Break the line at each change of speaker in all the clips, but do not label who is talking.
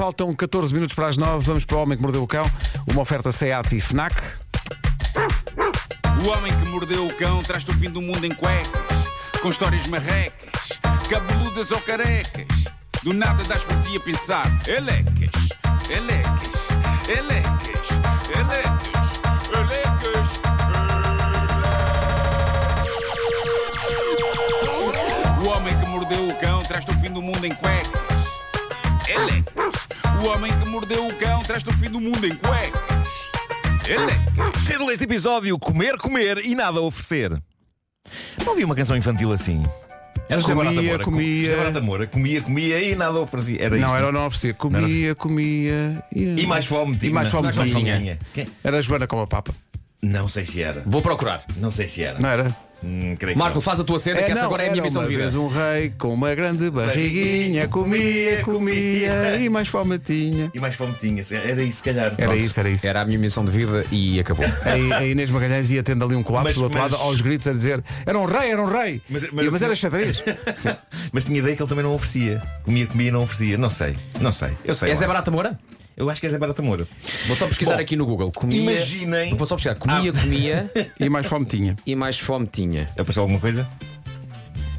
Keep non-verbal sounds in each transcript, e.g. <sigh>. Faltam 14 minutos para as 9. Vamos para o Homem que Mordeu o Cão. Uma oferta SEAT e FNAC.
O homem que mordeu o cão traz-te o fim do mundo em cuecas, com histórias marrecas, cabeludas ou carecas. Do nada das por ti a pensar, elecas, elecas, elecas, elecas, elecas. O homem que mordeu o cão traz-te o fim do mundo em cuecas, elecas. O homem que mordeu o cão traz-te o fim do mundo em cuecas, elecas.
Título deste episódio: Comer, comer e nada a oferecer. Não havia uma canção infantil assim. Era José
Comia,
Barata Moura.
comia.
José Barata Moura. Comia, comia e nada a oferecer. Era
Não,
isto.
era o não oferecer. Comia, comia.
E mais fome tipo, tinha.
E mais fome tinha.
Quem?
Era a Joana com a papa.
Não sei se era.
Vou procurar.
Não sei se era.
Não era?
Hum, creio que
Marco,
não.
faz a tua cena, que essa agora é a minha
era
missão
uma
de vida.
vez um rei com uma grande barriguinha.
Barriguinha,
Comia, comia
comia.
e mais fome tinha.
E mais fome tinha. Era isso, se calhar.
Era
Pronto.
isso, era isso.
Era a minha missão de vida e acabou.
A, a Inês Magalhães ia tendo ali um colapso
Mas-
do outro lado
mas-
aos gritos a dizer era um rei, era um rei. E- Mas,
Mas- mas-
era xadrez.
<laughs> Mas tinha ideia que ele também não oferecia. Comia, comia e não oferecia. Não sei. Não sei. Eu sei.
É Zé
lá.
Barata Moura?
Eu acho que é Zé Barata Moura.
Vou só pesquisar
Bom,
aqui no Google. Comia,
imaginem-
Vou só pesquisar. Comia, comia
<laughs> E mais fome tinha.
e mais fome tinha.
Apareceu alguma coisa?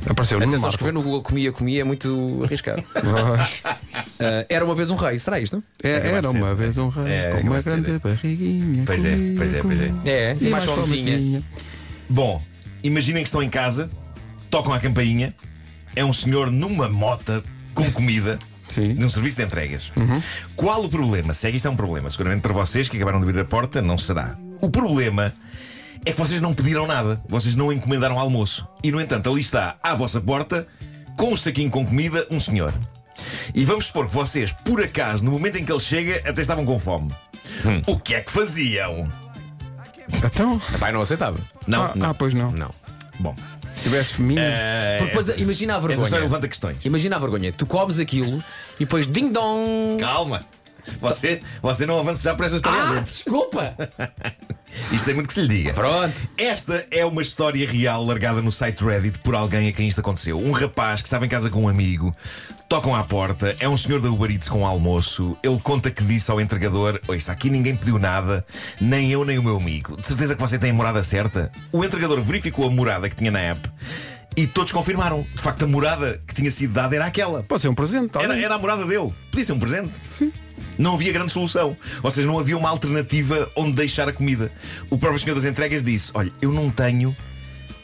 Apareceu no
Atenção,
Marco.
escrever no Google comia, comia é muito arriscado.
<laughs>
Ah, era uma vez um rei, será isto?
É, era uma vez um rei
É,
com uma
capaz de ser.
grande barriguinha.
Pois é,
comia,
pois é, pois é.
comia.
É,
E
mais fome tinha.
Bom, imaginem que estão em casa, tocam a campainha, é um senhor numa mota com comida.
Sim.
Num serviço de entregas. Qual o problema? Se é que isto é um problema, seguramente para vocês que acabaram de abrir a porta, não será. O problema é que vocês não pediram nada, vocês não encomendaram almoço. E no entanto, ali está, à vossa porta, com um saquinho com comida, um senhor. E vamos supor que vocês, por acaso, no momento em que ele chega, até estavam com fome.
Hum.
O que é que faziam?
Então,
Pai, não aceitava.
Não,
ah,
não.
ah, pois não.
Não.
Bom.
Se tivesse fominha.
eh,
Porque depois, imagina a
Essa história
vergonha.
levanta questões.
Imagina a vergonha. Tu comes aquilo e depois ding dong.
Calma. Você, você não avança já para esta história
Ah,
adentro.
desculpa!
Isto tem muito que se lhe diga.
Pronto.
Esta é uma história real largada no site Reddit por alguém a quem isto aconteceu. Um rapaz que estava em casa com um amigo, tocam à porta, é um senhor da Uber Eats com um almoço. Ele conta que disse ao entregador: Ouça, aqui ninguém pediu nada, nem eu nem o meu amigo. De certeza que você tem a morada certa? O entregador verificou a morada que tinha na app e todos confirmaram. De facto, a morada que tinha sido dada era aquela.
Pode ser um presente, talvez.
Era, era a morada dele. Podia ser um presente. Sim. Não havia grande solução. Ou seja, não havia uma alternativa onde deixar a comida. O próprio senhor das entregas disse: Olha, eu não tenho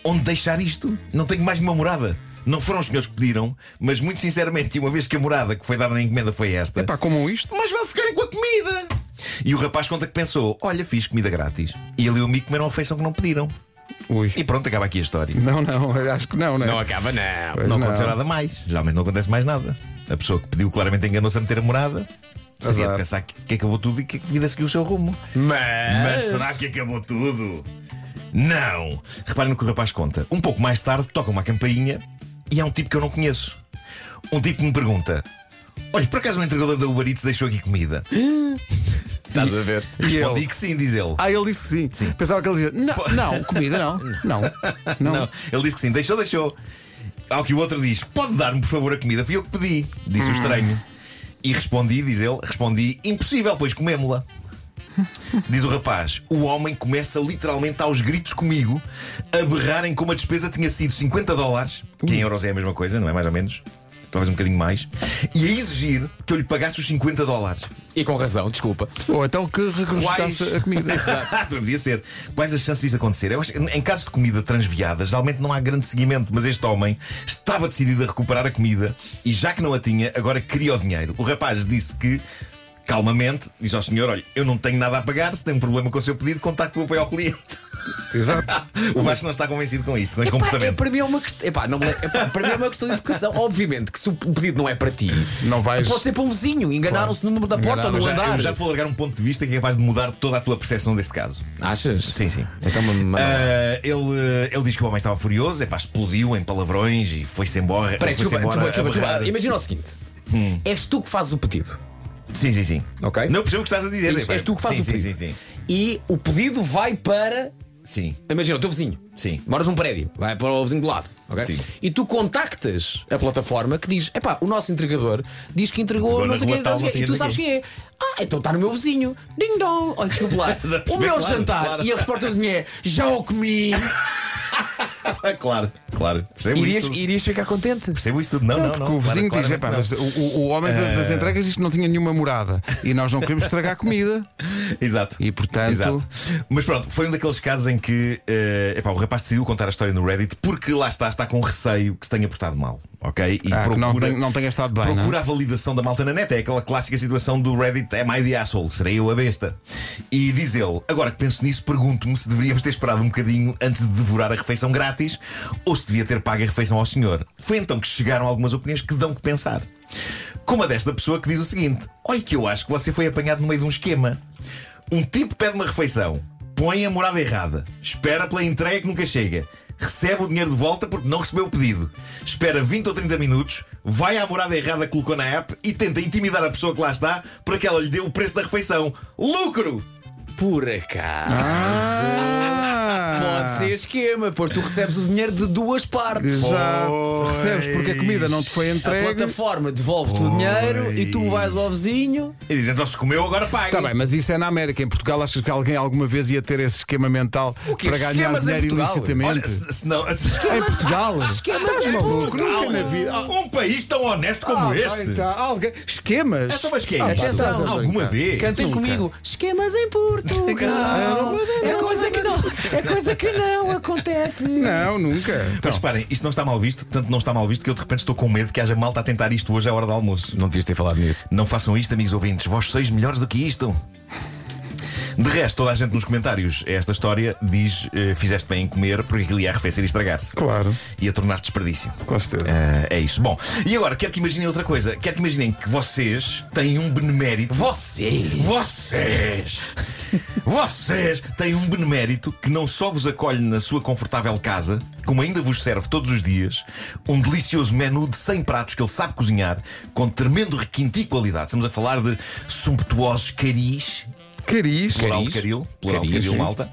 onde deixar isto. Não tenho mais nenhuma morada. Não foram os senhores que pediram, mas muito sinceramente, uma vez que a morada que foi dada na encomenda foi esta,
É Pá, comam isto.
mas vão ficarem com a comida. E o rapaz conta que pensou: Olha, fiz comida grátis. E ele e o amigo comeram a refeição que não pediram.
Ui.
E pronto, acaba aqui a história.
Não, não, acho que não, não é?
Não acaba, não.
Pois
Não, aconteceu nada mais. Geralmente não acontece mais nada. A pessoa que pediu claramente enganou-se a meter a morada. Seria
Azar.
de pensar que, que acabou tudo e que a vida seguiu o seu rumo. Mas será que acabou tudo? Não! Reparem no que o rapaz conta. Um pouco mais tarde toca uma campainha e é um tipo que eu não conheço. Um tipo que me pergunta: Olha, por acaso o entregador da Uber Eats deixou aqui comida?
Estás a ver?
Respondi que sim, diz ele.
Ah, ele disse que sim. Pensava que ele dizia: Não, não comida
<laughs>
não. Não. Não.
Não, ele disse que sim, deixou, deixou. Ao que o outro diz: Pode dar-me, por favor, a comida? Fui eu que pedi, disse o estranho. E respondi, diz ele, respondi: Impossível, pois comemo-la. Diz o rapaz: O homem começa literalmente aos gritos comigo, a berrarem como a despesa tinha sido 50 dólares, que em euros é a mesma coisa, não é? Mais ou menos. Talvez um bocadinho mais. E a exigir que eu lhe pagasse os 50 dólares.
E com razão, desculpa.
Ou então que recrustasse
Quais-
a comida.
<laughs> Também podia ser. Quais as chances disto acontecer? Eu acho que em caso de comida transviada, geralmente não há grande seguimento, mas este homem estava decidido a recuperar a comida e já que não a tinha, agora queria o dinheiro. O rapaz disse que. Calmamente, diz ao senhor: Olha, eu não tenho nada a pagar. Se tem um problema com o seu pedido, contacte o apoio ao cliente. <laughs>
Exato.
O Vasco não está convencido com isto, com este
Epá, é,
comportamento.
para mim é uma questão. Epá, não me le- epá, para mim é uma questão de educação. Obviamente que se o pedido não é para ti,
Não vais-
pode ser para um vizinho. Enganaram-se no número da porta ou no
Já-
andar.
eu já te vou largar um ponto de vista que é capaz de mudar toda a tua percepção deste caso.
Achas?
Sim, sim.
Então, uma- uma-
Ah, ele, ele diz que o homem estava furioso, epá, explodiu em palavrões e foi-se embora.
Peraí,
foi-se
desculpa,
embora Hum.
desculpa, desculpa,
a
desculpa.
berrar.
Imagina o seguinte: és tu que fazes o pedido.
Sim, sim, sim.
Ok.
Não percebo o que estás a dizer.
Isso, és tu que fazes
sim,
o pedido.
Sim, sim, sim.
E o pedido vai para
<laughs>
Sim,
Imagina, o teu vizinho.
Sim.
Moras num prédio, vai para o vizinho do lado. ok?
Sim.
E tu contactas a plataforma que diz: epá, o nosso entregador diz que entregou,
Entregou
não
na
sei
rua
quem,
tal,
não sei
não
quem. E
sei
tu sabes quem é. Ah, então está no meu vizinho. Ding dong. Olha, desculpa
<laughs>
lá. o meu
Claro,
jantar.
claro.
E a resposta do vizinho é: já o comi.
claro, claro. Percebo
Irias,
isso tudo.
irias ficar contente.
Percebo isso tudo. Não, não, não.
Porque o vizinho
claro, É.
diz:
claramente
"Epá,
não."
mas o, o- o homem da- das entregas diz que não tinha nenhuma morada e nós não queremos estragar a
<laughs>
comida.
Exato.
E, portanto-
Exato. Mas pronto, foi um daqueles casos em que eh, epá, o rapaz decidiu contar a história no Reddit porque lá está, está com receio que se tenha portado mal. Ok? E
Ah, que não tenha- não tenha estado bem,
Procura
não é?
a validação da malta na neta. É aquela clássica situação do Reddit: é my the asshole, serei eu a besta. E diz ele: agora que penso nisso, pergunto-me se deveríamos ter esperado um bocadinho antes de devorar a refeição grátis ou se devia ter pago a refeição ao senhor. Foi então que chegaram algumas opiniões que dão que pensar. Como a desta pessoa que diz o seguinte: olha, que eu acho que você foi apanhado no meio de um esquema. Um tipo pede uma refeição, põe a morada errada, espera pela entrega que nunca chega, recebe o dinheiro de volta porque não recebeu o pedido, espera 20 ou 30 minutos, vai à morada errada que colocou na app e tenta intimidar a pessoa que lá está para que ela lhe dê o preço da refeição. Lucro!
Por acaso. Ah.
Ah!
Pode ser esquema, pois tu recebes o dinheiro de duas partes.
Exato. Recebes porque a comida não te foi
A
entregue.
plataforma devolve-te o dinheiro e tu vais ao vizinho.
E diz então se comeu, agora paga.
Está bem, mas isso é na América. Em Portugal, achas que alguém alguma vez ia ter esse esquema mental
O quê?
para ganhar
Esquemas em
dinheiro
Portugal?
ilicitamente?
Olha, se, se não. <laughs> se-
em Portugal?
Esquemas
Estás
em
maluco?
Portugal,
Nunca na vida.
um país tão honesto como
Ah,
este.
bem, tá. Alguém- Esquemas?
Então, mas que
Ah,
é isto?
estás a
Alguma vez?
Cantem comigo. Esquemas em Portugal. É coisa que não, é coisa que não acontece.
Não, nunca.
Mas reparem, isto não está mal visto, tanto não está mal visto que eu de repente estou com medo que haja malta a tentar isto hoje à hora do almoço.
Não devias ter falado nisso.
Não façam isto, amigos ouvintes, vós sois melhores do que isto. De resto, toda a gente nos comentários a esta história diz eh, fizeste bem em comer porque aquilo ia arrefecer e estragar-se.
Claro.
E a tornar-se desperdício.
Com certeza.
Eh, é isso. Bom, e agora quero que imaginem outra coisa. Quero que imaginem que vocês têm um benemérito.
Você.
Vocês! Vocês têm um benemérito que não só vos acolhe na sua confortável casa, como ainda vos serve todos os dias um delicioso menu de 100 pratos que ele sabe cozinhar com tremendo requinte e qualidade. Estamos a falar de sumptuosos caris,
Cariz.
plural de caril, plural de
Caris,
caril,
sim.
malta,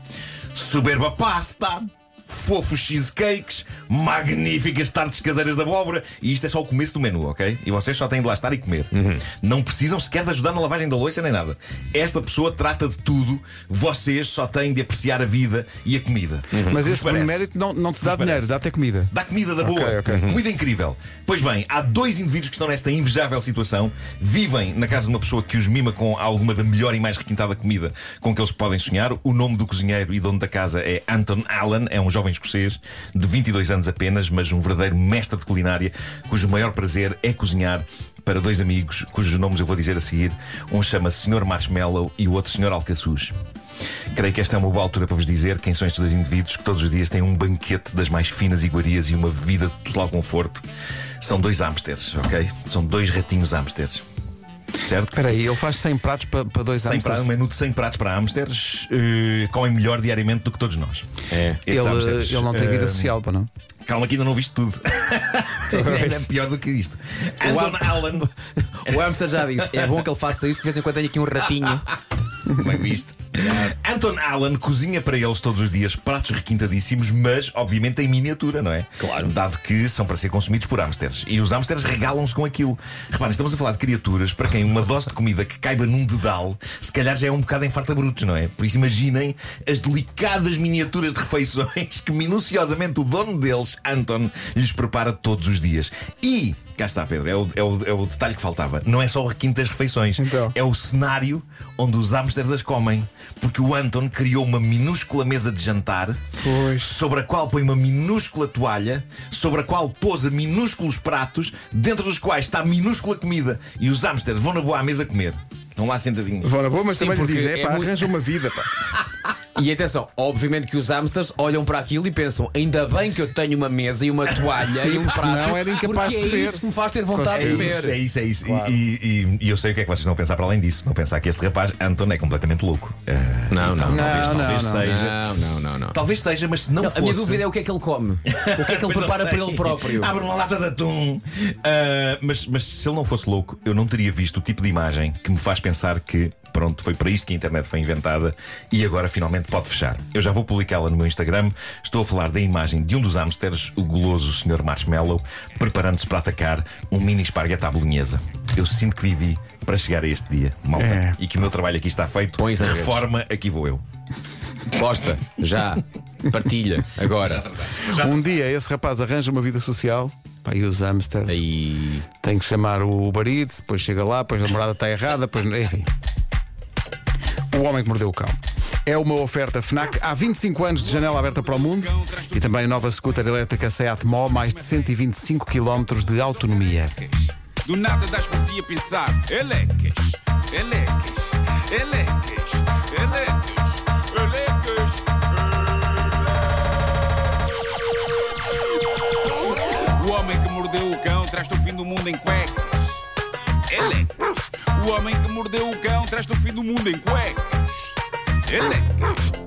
soberba pasta. Fofos cheesecakes, magníficas tartes caseiras de abóbora, e isto é só o começo do menu, ok? E vocês só têm de lá estar e comer.
Uhum.
Não precisam sequer de ajudar na lavagem da louça nem nada. Esta pessoa trata de tudo, vocês só têm de apreciar a vida e a comida.
Uhum. Mas
Que vos
esse
parece?
mérito não, não te dá
Vos
dinheiro,
parece?
dá-te a comida.
Dá comida da boa.
ok. Uhum.
Comida incrível. Pois bem, há dois indivíduos que estão nesta invejável situação, vivem na casa de uma pessoa que os mima com alguma da melhor e mais requintada comida com que eles podem sonhar. O nome do cozinheiro e dono da casa é Anton Allen, é um jovem escocês de 22 anos apenas, mas um verdadeiro mestre de culinária cujo maior prazer é cozinhar para dois amigos cujos nomes eu vou dizer a seguir. Um chama-se Sr. Marshmallow e o outro Sr. Alcaçuz. Creio que esta é uma boa altura para vos dizer quem são estes dois indivíduos que todos os dias têm um banquete das mais finas iguarias e uma vida de total conforto. São dois hamsters, ok? São dois ratinhos hamsters. Certo?
Espera aí, ele faz 100 pratos para dois
100
anos.
pratos, um menu de 100 pratos para hamsters eh, comem melhor diariamente do que todos nós. É.
Ele, eh, ele não tem vida social, para não?
Calma, que ainda não viste tudo. <laughs> Ainda é pior do que isto. Anton Allen.
<laughs> O hamster já disse: é bom que ele faça isso, de vez em quando tenho aqui um ratinho.
Bem visto. Anton Allen cozinha para eles todos os dias pratos requintadíssimos, mas obviamente em miniatura, não é? Claro. Dado que são para ser consumidos por hamsters. E os hamsters regalam-se com aquilo. Reparem, estamos a falar de criaturas para quem uma dose de comida que caiba num dedal, se calhar já é um bocado infarta brutos, não é? Por isso imaginem as delicadas miniaturas de refeições que minuciosamente o dono deles, Anton, lhes prepara todos os dias. E. Cá está, Pedro, é o, é o- é o detalhe que faltava. Não é só o requinte das refeições,
Então.
é o cenário onde os hamsters as comem, porque o Anton criou uma minúscula mesa de jantar
Pois.
sobre a qual põe uma minúscula toalha, sobre a qual pousa minúsculos pratos, dentro dos quais está minúscula comida, e os hamsters vão na boa à mesa comer. Estão lá sentadinhos.
Vão na boa, mas
Sim,
também lhe
porque
dizem,
é
"Epá,
muito-
arranja uma vida. Pá.
E atenção, obviamente que os hamsters olham para aquilo e pensam: ainda bem que eu tenho uma mesa e uma toalha
Sim,
e um
porque
prato.
senão era incapaz
porque
de comer.
é isso que me faz ter vontade de
É
comer.
isso, é isso, é isso. E- E, e- e eu sei o que é que vocês não pensar para além disso. Não pensar que este rapaz, Anton, é completamente louco. Ah,
Não, não.
talvez
não,
talvez
não,
seja.
Não, não, não, não.
Talvez seja, mas se não,
Não,
fosse.
a minha dúvida é o que é que ele come. O
<laughs>
que é que ele
Pois não
prepara
sei. Ah.
para ele próprio.
Abre uma lata de atum. Ah, mas, mas se ele não fosse louco, eu não teria visto o tipo de imagem que me faz pensar que, pronto, foi para isto que a internet foi inventada e agora finalmente pode fechar. Eu já vou publicá-la no meu Instagram. Estou a falar da imagem de um dos hamsters, o guloso Sr. Marshmallow, preparando-se para atacar um mini esparguete à bolonhesa. Eu sinto que vivi para chegar a este dia, malta.
É.
E que o meu trabalho aqui está feito.
Pões em redes.
Reforma, aqui vou eu.
Posta, já. Partilha, agora.
Um dia esse rapaz arranja uma vida social. Pá, e os hamsters.
Aí.
Tem que chamar o Uber Eats, depois chega lá, depois a namorada está errada, depois. Enfim. O Homem que Mordeu o Cão. É uma oferta Fnac há 25 anos de janela aberta para o mundo e também a nova scooter elétrica Seat Mó, mais de 125 km de autonomia.
Do nada das por ti a pensar. Elecas, elecas, elecas, elecas, elecas. O homem que mordeu o cão traz-te o fim do mundo em cuecas. Elecas. O homem que mordeu o cão traz-te o fim do mundo em cuecas. Elecas,